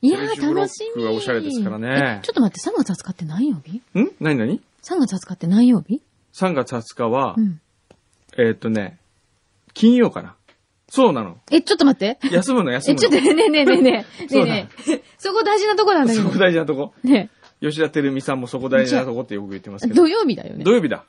い
やー
セルジュブロッ
楽しみ。
クはおしゃれですからね
えちょっと待って、3月20日って何曜日
い。ん何何
?3 月20日って何曜日
?3 月20日は
う、ん。
えーっとね、金曜かな。そうなの。
え、ちょっと待 って。
休むの休
え、
む
ちょっ
の
と、。ねえねえねえねえ。ね
そ
え
うだ
ねえ。そこ大事なとこなんだけ
そ
ど
こ。大事なとこ。
ね
吉田照美さんもそこ大事なとこってよく言ってます
え
けど
土。曜日だよね
土。曜日だ。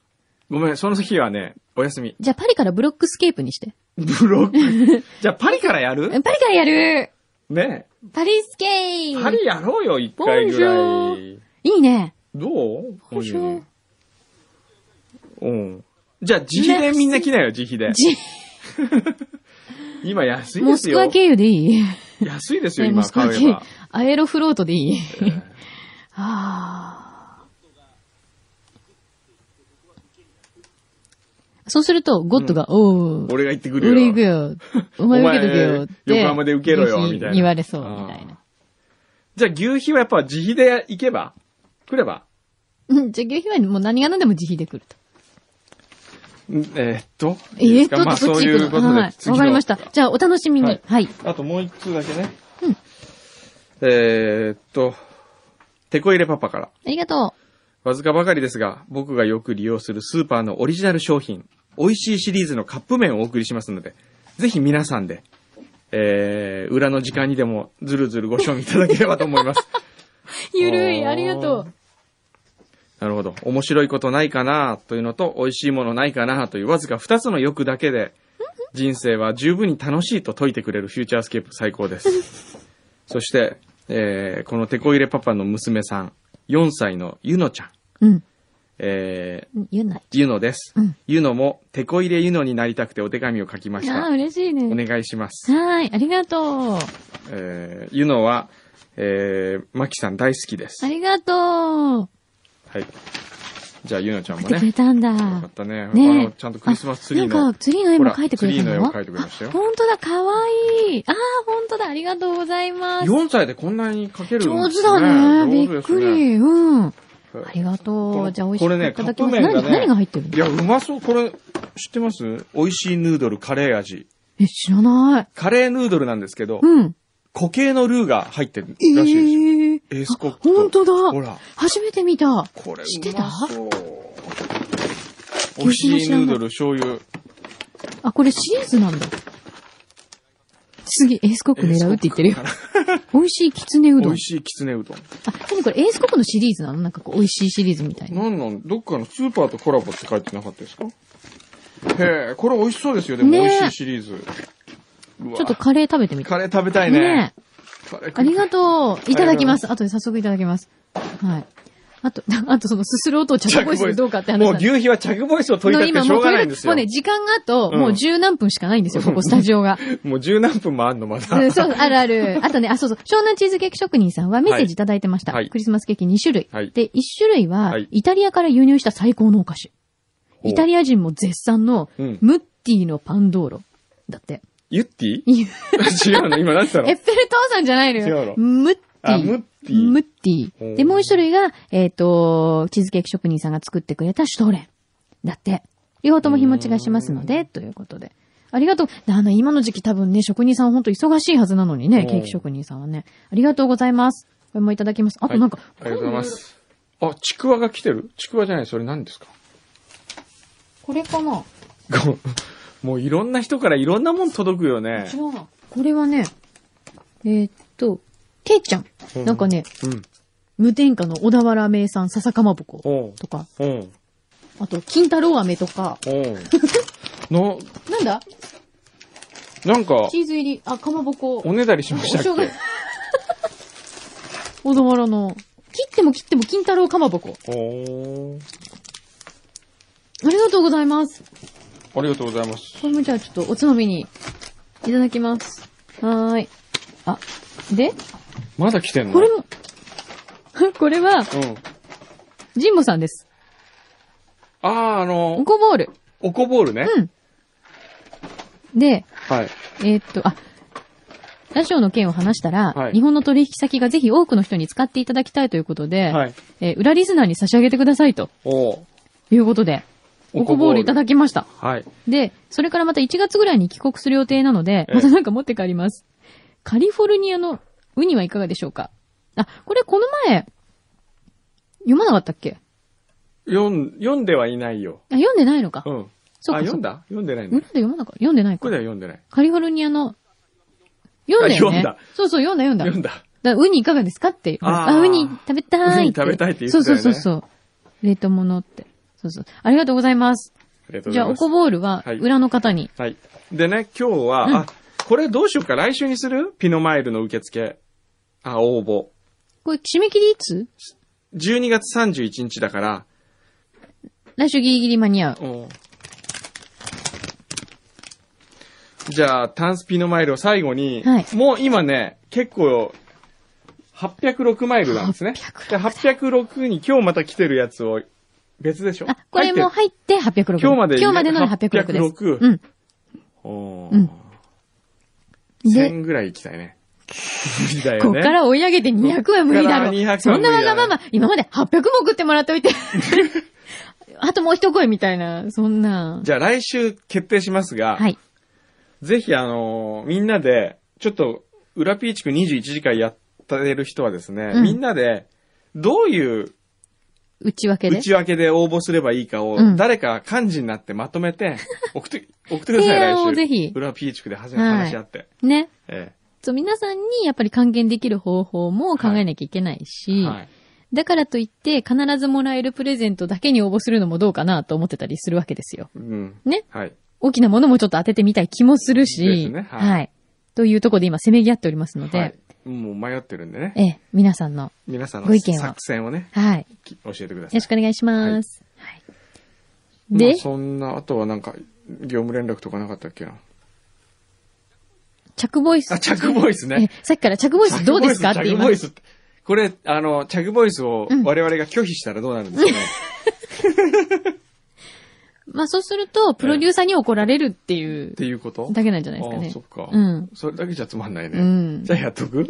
ごめん、その日はね、お休み。
じゃあパリからブロックスケープにして。
ブロック。 じゃあパリからや
え
る
パリからやる
ねえ。
パリスケープ
パリやろうよ、一回ぐら
ボンジ
い。
いいね。
どう
ボンジョー
うん。じゃあ、自費でみんな来なよ、自費で。
じ
今安いで
モ
す
スクワ
よ。
経由でいい
安いですよ、
ね
今
モスクワ
買
経
え
由
ば。。
アエロフロートでいい。
えー
あーそうすると、ゴッドが、おー、
俺が行ってくるよ。
俺行くよ。お前受けとけよ。って
お前横浜で受けろよ
ぜひ
みたいな
言われそう、
あー
みたいな。
じゃあ、牛皮はやっぱ自費で行けば来れば
うん、じゃあ、牛皮はもう何が何でも自費で来ると。
んえーっと。いい
え
で
え
すか
と、
まあ、
そ
そ
っ
う
ち
い
行
う
く
こと
の。
で
はい。
次の
わかりました。じゃあ、お楽しみ
はい
に。はい。
あともう一通だけね。
うん
えーっと、テコ入れパパから。
ありがと
わずかばかりですが、僕がよく利用するスーパーのオリジナル商品、美味しいシリーズのカップ麺をお送りしますので、ぜひ皆さんで、えー、裏の時間にでもずるずるご賞味いただければと思います。
う。ゆるい、ありがとう。
なるほど。面白いことないかなというのと、美味しいものないかなというわずか2つの欲だけで、人生は十分に楽しいと説いてくれるフューチャースケープ最高です。そして、えー、このテコ入れパパの娘さん、4歳のゆのちゃん、
うん。
えー、
言うない。
ゆのです
うん。
ゆのも、てこ入れゆのになりたくてお手紙を書きまし
ああ、
た。
嬉しい
お
ね。
願いします。
はい、ありがとう。
えー、ゆのは、えー、まきさん大好きです
あ。りがとう。
はい。じゃあ、ゆのちゃん
来
も
てくれ
ね。
たん
よか
だ
っ。たね。
ねえ
あのちゃんとクリスマスツリー
あな
の
んか、。ツリーの絵
ほ
も
ら
描いてくれたの
ツリーの絵を描いてくれましたよ
あ本当だ、かわいい。ああ、本当だ、ありがとうございます。
4歳でこんなに書けるん
上
で
手
す
だね。
上手
びっ
です
くり。うん。あ
はい
りがと
こ
う。
れ
じゃあ、美味し
これ
く
ね
いただきます。
カップ麺がね
何、何が入ってる
い
の
や、うまそう。これ、知ってます美味しいヌードルカレー味。
え、知らない。
カレーヌードルなんですけど、
うん。
固形のルーが入ってるらし
え
いですよ。
え
エースコッ
あ
プと。
本当
ほ
だ。
ら。
初めて見た。
これ
知ってた
うまそう
牛
美味しい
の
ヌ
知らない
ードル醤油。
あ、これシリーズなんだ。次、エースコック狙うって言ってるよ。美味しいきつ ねう
美
どん
味。しいきつねうどん。
あ、何これ、エースコックのシリーズなのなんかこう、美味しいシリーズみたいな。
なんなんどっかのスーパーとコラボって書いてなかったですかへえ、これ美味しそうですよ。でも
ねえ
美味しいシリーズ。うわ
ちょっとカレー食べてみて。
カレー食べたいね。
ねえ
カレー食べた
あ
い
りがとう。いただきます。あとで早速いただきます。はい。あと、 あとそのすする音を着ボイスでどうかって話
も
なん
う
です
牛皮は着ボイスを取りたくてしょうがないんです
も
よ。
うね、時間があと、
うん
もう十何分しかないん ですよ、ここスタジオが。
もう十何分もあんの、まだ。
うん、そう、あるあ る。あとね、あ、そうそう、湘南チーズケーキ職人さんはメッセージいただいてました。
はい
クリスマスケーキ2種類。
はい
で、1種類は、
はい
イタリアから輸入した最高のお菓子。
ほう
イタリア人も絶賛の、
うん
ムッティのパンドーロ。だって。
ユッティ
エッフ
違うの今何て言っ
ェ
たの
ル塔さんじゃないのよ。
違うの
ムッテ
あ、
ィ。
ムッティ。
ムッ
テ
ティ。
ほ
で、
う
もう一種類が、えっ、と、チーズケーキ職人さんが作ってくれたシュトーレン。だって。両方とも日持ちがしますので、ということで。ありがとう。あの、今の時期多分ね、職人さん本当忙しいはずなのに
う
ね、
ん
ケーキ職人さんはね。ありがとうございます。これもいただきます。あとなんか、
ありがとうございます。あ、ちくわが来てるちくわじゃない、それ何ですか
これかな
ごめんもういろんな人からいろんなもん届くよね
違。うな。これはね、えーっと、ケイちゃん。
うん
なんかね、
うん。
無添加の小田原名産笹かまぼこ
おう
とか、
おう
あと、金太郎飴とか、
おう
なんだ
な、なんか、
チーズ入り、あ、かまぼこ。
おねだりしました
お
っ
正
け
月小田原の、切っても切っても金太郎かまぼこ。
おー
ありがとうございます。
ありがとうございます。
これもじゃあちょっとおつまみに、いただきます。はーい。あ、で、
まだ来てんの
これも、 これは、
うん。
ジンボさんです。
ああ、あ
お
の、
こボール。
おこボールね。
うん。で、
はい。
えーっと、あ、ラジオの件を話したら、
はい
日本の取引先がぜひ多くの人に使っていただきたいということで、
はい。
えー裏リスナーに差し上げてくださいと
おう
いうことで、
お
お
こ
こ
ぼ
ボ
ー
ー
ル
ルいただきました。
はい。
で、それからまた1月ぐらいに帰国する予定なので
え、え
またなんか持って帰ります。カリフォルニアのウニはいかがでしょうかあ、これこの前、読まなかったっけ
読ん、読んではいないよ。
あ、読んでないのか。
う。
うんそう
あ、
かそうか
読んだ読んでない
裏
の
で読まなかった。読んでない
こ
か
れ。では読んでない。
カリフォルニアの、読んだよね。
あ読んだ
そうそう、読んだ読んだ。
読んだ。
だウニいかがですかって。
あー
あウニ食べたいって。
ウニ食べたいって言ってた
そ
よ
う
ね
そうそうそう。冷凍物って。そうそう。ありがとうございます。
ありがとうご
じ
ざ
ゃあ、お
います。
こボールは
はい、
裏の方に。
はい。でね、今日は、
うん
あ、これどうしようか。来週にするピノマイルの受付。あ、応募。
これ、締め切りいつ
12月31日だから、
来週ギリギリ間に合う。
おうじゃあ、タンスピノマイルを最後に、
はい
もう今ね、結構、806マイルなんですね。で806に今日また来てるやつを、別でしょ
あ、これも
入って
入って806。
今日まで
今日までのが806です。
806
うん。
お
うん
ー
で、
1000ぐらい行きたいね。無理だ
こ
よ
っ
ね。
から追い上げて200は無理だろ。
こっから200は無理だね
そんなわがまま、今まで800も食ってもらっておい て。あともう一声みたいな、そんな。
じゃあ来週決定しますが、
はい。
ぜひあのーみんなで、ちょっと、裏ピーチク21時間やってる人はですね、
うん
みんなで、どういう
内訳で。
内訳で応募すればいいかを、
うん
誰か幹事になってまと めて、送って、送ってください、
提案を
来週。
ぜひ
裏ピーチクで初め
はい
話し合って。
ね。
え
そう、皆さんにやっぱり還元できる方法も考えなきゃいけない
え
し、
はい。
だからといって必ずもらえるプレゼントだけに応募するのもどうかなと思ってたりするわけですよ。
うん。
ね。
はい。
大きなものもちょっと当ててみたい気もする
です
し、
ねはい
はい。というところで今せめぎ合っておりますので、
はい。もう迷ってるんでね。
ええ、皆さんの、
皆さん
ご
の
意見を
作戦をね、
はい。よ
き教えてください
ろし。くお願いします。はい。
ま
で
あ、そんな、あとはなんか、業務連絡とかなかったっけな。
着ボイス。
あ、チャグボイスね。
えさっきから着ボイスどうですかっ
チ
て
ャ
言い
グ
ま
ボイ
す。
スって。これ、あの、チャグボイスを
うん
我々が拒否したらどうなるんですかね。
まあそうすると、プロデューサーに怒られるっていう
っていうこと
だけなんじゃないですか
あ
ね。
そっか。
うん。
それだけじゃつまんないうね。
ん
じ。ゃあやっと く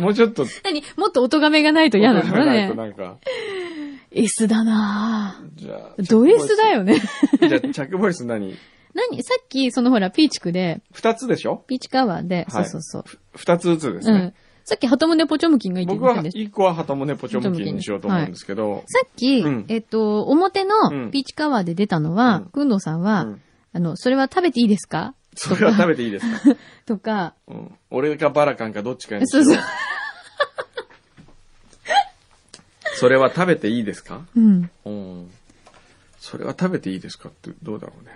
もうちょっと。
何もっと音がめがないと嫌なの
ないと
ね。
なんか、
S だなぁ。
じゃあ。
ド S だよね。
チャグボイス。じゃあ、チャグボイス何
何さっき、そのほら、ピーチクで、
二つでしょ
ピーチカワーで、
はい
そうそうそう。
二つずつです
う
ね。
ん。さっき、ハトムネポチョムキンがいいって
僕
言ってた
は
んでしょ
一個はハトムネポチョムキンにしようと思うんですけど。
さっき、
うん
えっと、表
うん
のピーチカワーで出たの
う
は
ん、
くんどうさんは、
うん
あの、それは食べていいですか
それは食べていいですか
とか、
うん俺かバラカンかどっちかにし
そ
よ
う
う。
そう。
それは食べていいですか
うん。
うん。それは食べていいですかってどうだろうね。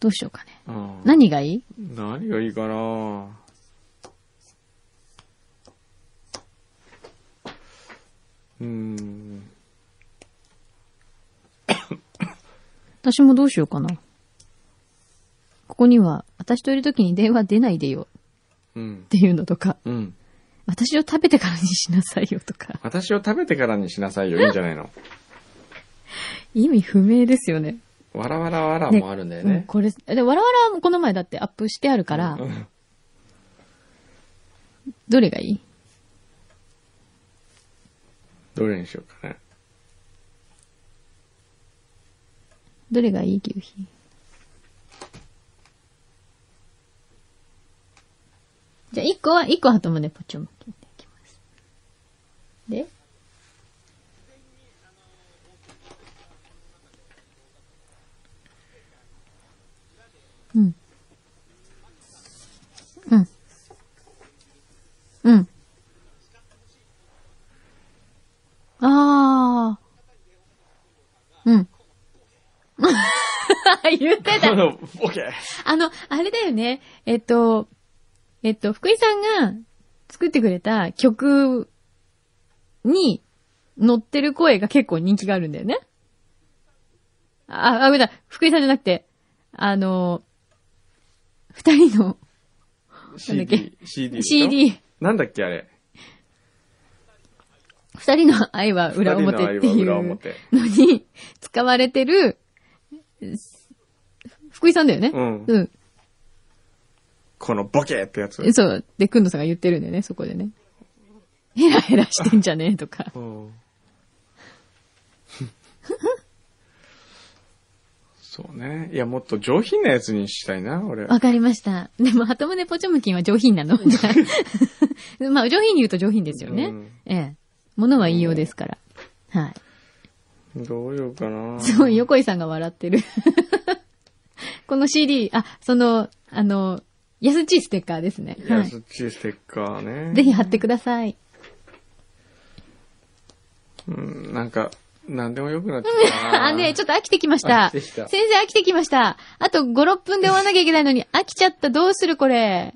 どうしようかね。
うん
何がいい
何がいいかなうん。
私もどうしようかな。ここには、私といる時に電話出ないでよ
うん
っ。ていうのとか、
うん。
私を食べてからにしなさいよとか、
私を食べてからにしなさいよ。いいんじゃないの
意味不明ですよね。
わらわらわらもあるんだよ
うん
ね。
これ、で、わらわらもこの前だってアップしてあるから、
うん
どれがいい
どれにしようかね。
どれがいい牛皮。じゃあ、一個は、一個は後までポチョム切っていきます。でうん。うん。うん。ああ。うん。 言ってた。
オッケー
あの、あれだよね。えっと、えっと、福井さんが作ってくれた曲に乗ってる声が結構人気があるんだよね。あ、あ、ごめんなさい。福井さんじゃなくて、あの、二人のなんだっ
CD。CD でしょ。
CD、
なんだっけあれ。
二人の愛は裏表っ
二
て
人の愛は
いう
裏
の
表。
に使われてる、福井さんだよね。
うん
うん。
このボケってやつ。。
そう。で、くんのさんが言ってるんだよね、そこでね。ヘラヘラしてんじゃねえとか
うん。 そうね。いや、もっと上品なやつにしたいな、俺。
わかりました。でも、ハトムネポチョムキンは上品な のじゃあまあ、上品に言うと上品ですよね。
うん
ええ。ものは言いようですから。はい。
どうようかな。
すごい、横井さんが笑ってる。 この CD、あ、その、あの、安っちいステッカーですね。は
安
い。
っちいステッカーね。
ぜひ貼ってください。
うん、なんか、なんでもよくなっちゃったな。
あ、ねえちょっと飽きてきました。
飽きて
先
き
生
た
飽きてきました。あと5、6分で終わらなきゃいけないの に、飽きちゃった。どうするこれ。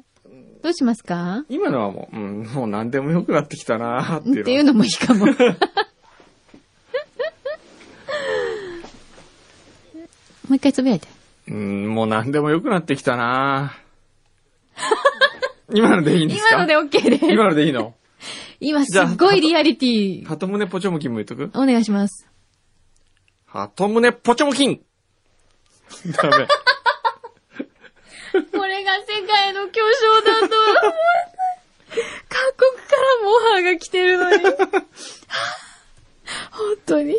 どうしますか
今のはもう、うん、もう何でもよくなってきたなーっていうのは。
っていうのもいい かも。もう一回つぶやいて。
うん、もう何でもよくなってきたな ー今のでいいんですか
今ので OK です。
今のでいいの
今すっごいリアリティ。
鳩胸ポチョムキンも言っとく
お願いします。
鳩胸ポチョムキンダ メ。
これが世界の巨匠だとは思わない。各国からモハが来てる のに。本当に。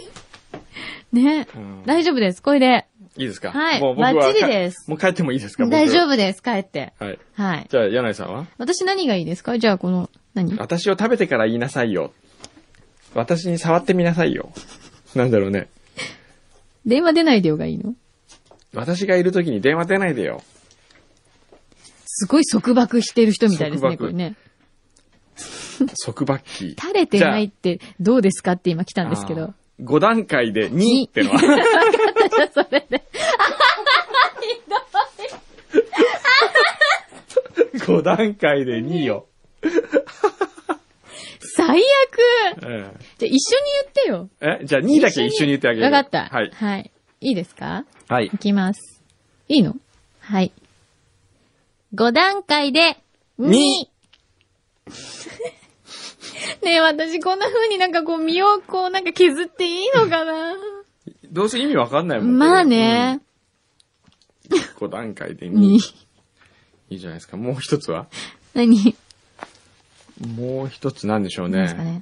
ね、
うん
大丈夫です。これで。
いいですか
はい
もう僕は
バッチリです
もう帰ってもいいですか僕
大丈夫です。帰って。
はい。
はい。
じゃあ、柳井さんは
私何がいいですかじゃあこの、何
私を食べてから言いなさいよ。私に触ってみなさいよ。なんだろうね。
電話出ないでよがいいの
私がいる時に電話出ないでよ。
すごい束縛してる人みたいですね、
束縛
これね。
束縛期。
垂れてないってどうですかって今来たんですけ
あ
ど
ー。。5段階で2ってのは。
じゃあ それで。
5段階で2よ。
最悪
ええ
じゃあ一緒に言ってよ。
え、じゃあ2だけ一緒に言ってあげる。
わかった。
はい。
はい。いいですか
はい
い。きます。いいのはい。5段階で2。
に
ねえ、私こんな風になんかこう身をこうなんか削っていいのかな
どうせ意味わかんないもん
まあ。ね。
うん5段階で2。
に
いいじゃないですか。もう一つは
何
もう一つなんでしょう
何ですか
ね。
ね。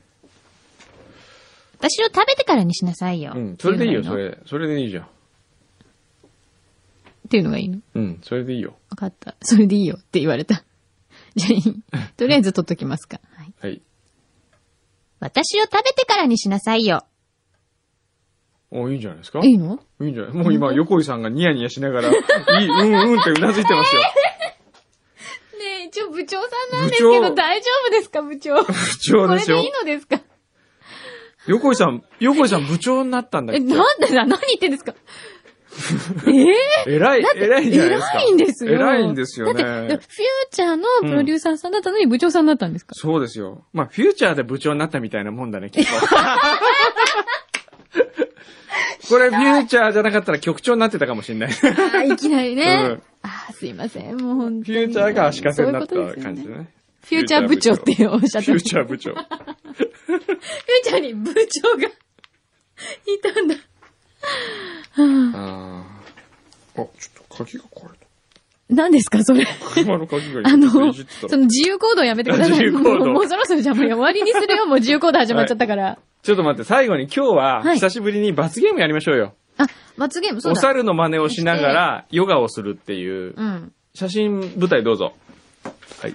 私を食べてからにしなさいよ。
うん。それでいいよ、
って
そう
のがの
れ。それでいいじゃん。
っていうのがいいの
うん。それでいいよ。
分かった。それでいいよって言われた。 じゃあいい。とりあえず取っときますか。はい。
はい。
私を食べてからにしなさいよ。
お、いいんじゃないですか
いいの
いいんじゃないもう今、横井さんがニヤニヤしな がら、いい、うんうんってうなずいてますよ。
ねえ、一応部長さん
なんですけど部長
大丈夫ですか、部長。部
部長でし
の
ょ
ですか
横井さん、横井さん部長になったんだっ
え、
け
なんでだ何言ってんですか
えらい、えらいんじゃないですか。
偉いんですよ。
偉いんですよね
だって、フューチャーのプロデューサーさんだったのに部長さんだったんですか、
そうですよ。まあ、フューチャーで部長になったみたいなもん だね、きっと。これ、フューチャーじゃなかったら局長になってたかもしれ ない。フ
あーいきなりね。
うん
あーすいません、もう本当に。
ューチャーが足かせになった
そういうこと
感
で
じ
すよ
だ
ね。
ね。
フューチャー部長っておっしゃって
フ
ま
ュー
した
チャー部長。
フューチャーに部長がいたんだ。
あーあ、ちょっと鍵が壊れ
何ですか、それ。
た。車の鍵が
あ
今ちょっと
の、
いじっ
そ
てたら
の自由行動やめてくださ
自
い。
由
も
行動
うもうそろそろじゃあもう終わりにするよ。もう自由行動始まっちゃったから。
ちょっと待って、最後に今日は、
はい
久しぶりに罰ゲームやりましょうよ。
あ、罰ゲーム、そう
お
だ。
猿の真似をしながら、ヨガをするっていう
う。ん。
写真、舞台どうぞ。はい。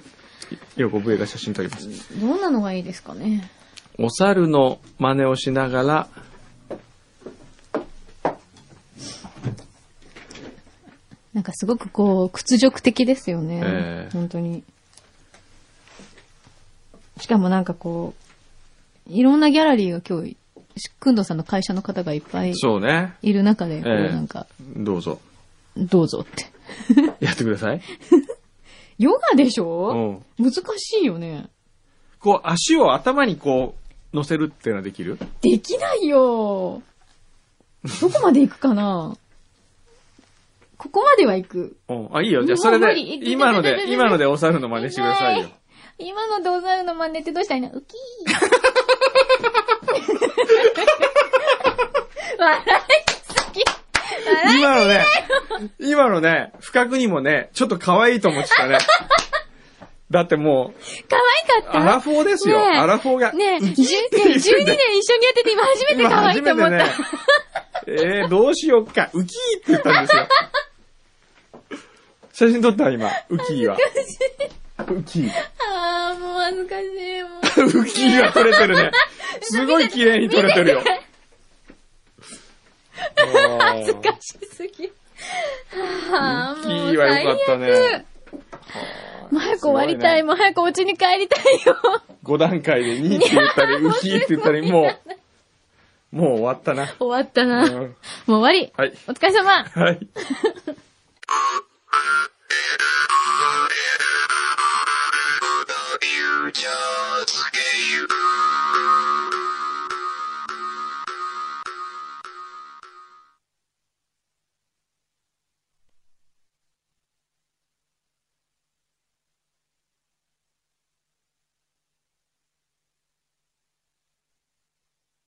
横笛が写真撮ります。
どんなのがいいですかね。
お猿の真似をしながら、
なんかすごくこう、屈辱的ですよね。
ええ
本当に。しかもなんかこう、いろんなギャラリーが今日、しくんどさんの会社の方がいっぱい
そうね。
いる中で、こう
ええ
なんか、
どうぞ。
どうぞって。
やってください。
ヨガでし
う
ょ
ん。
難しいよね。
こう、足を頭にこう、乗せるっていうのはできる
できないよどこまで行くかなここまでは行く。
うん。あ、いいよ。じゃあ、それ
もう無、
で
理
今の
いやいやいやい
で、
や
今のでお猿の真似してくださいよ
い。今の動作の真似ってどうしたらいいのウキ ー笑いすぎ笑い
今のね、今のね、不覚にもね、ちょっと可愛いと思って たね。だってもう、
可愛かった
アラフォーですよ。
ねえ
アラフォーが。
ねえ、10年、12年一緒にやってて今初めて可愛いと思った。
今初めてね、えー、どうしよっか。ウキーって言ったんですよ。写真撮った今、ウキーは。ウキー。
あー、もう恥ずかしい。もう
ウキーが撮れてるね。すごい綺麗に撮れ てるよ。恥ず
恥ずかしすぎ。あー、
キ
もう
ーは良かったね。
もう早く終わりたい。
す
も
ごいね
う早くお家に帰りたいよ。
5段階で2って言ったり、ウキーって言ったり、もう、もう終わったな。
終わったな。
う
もうん終わり。
はい。
お疲れ様。
はい。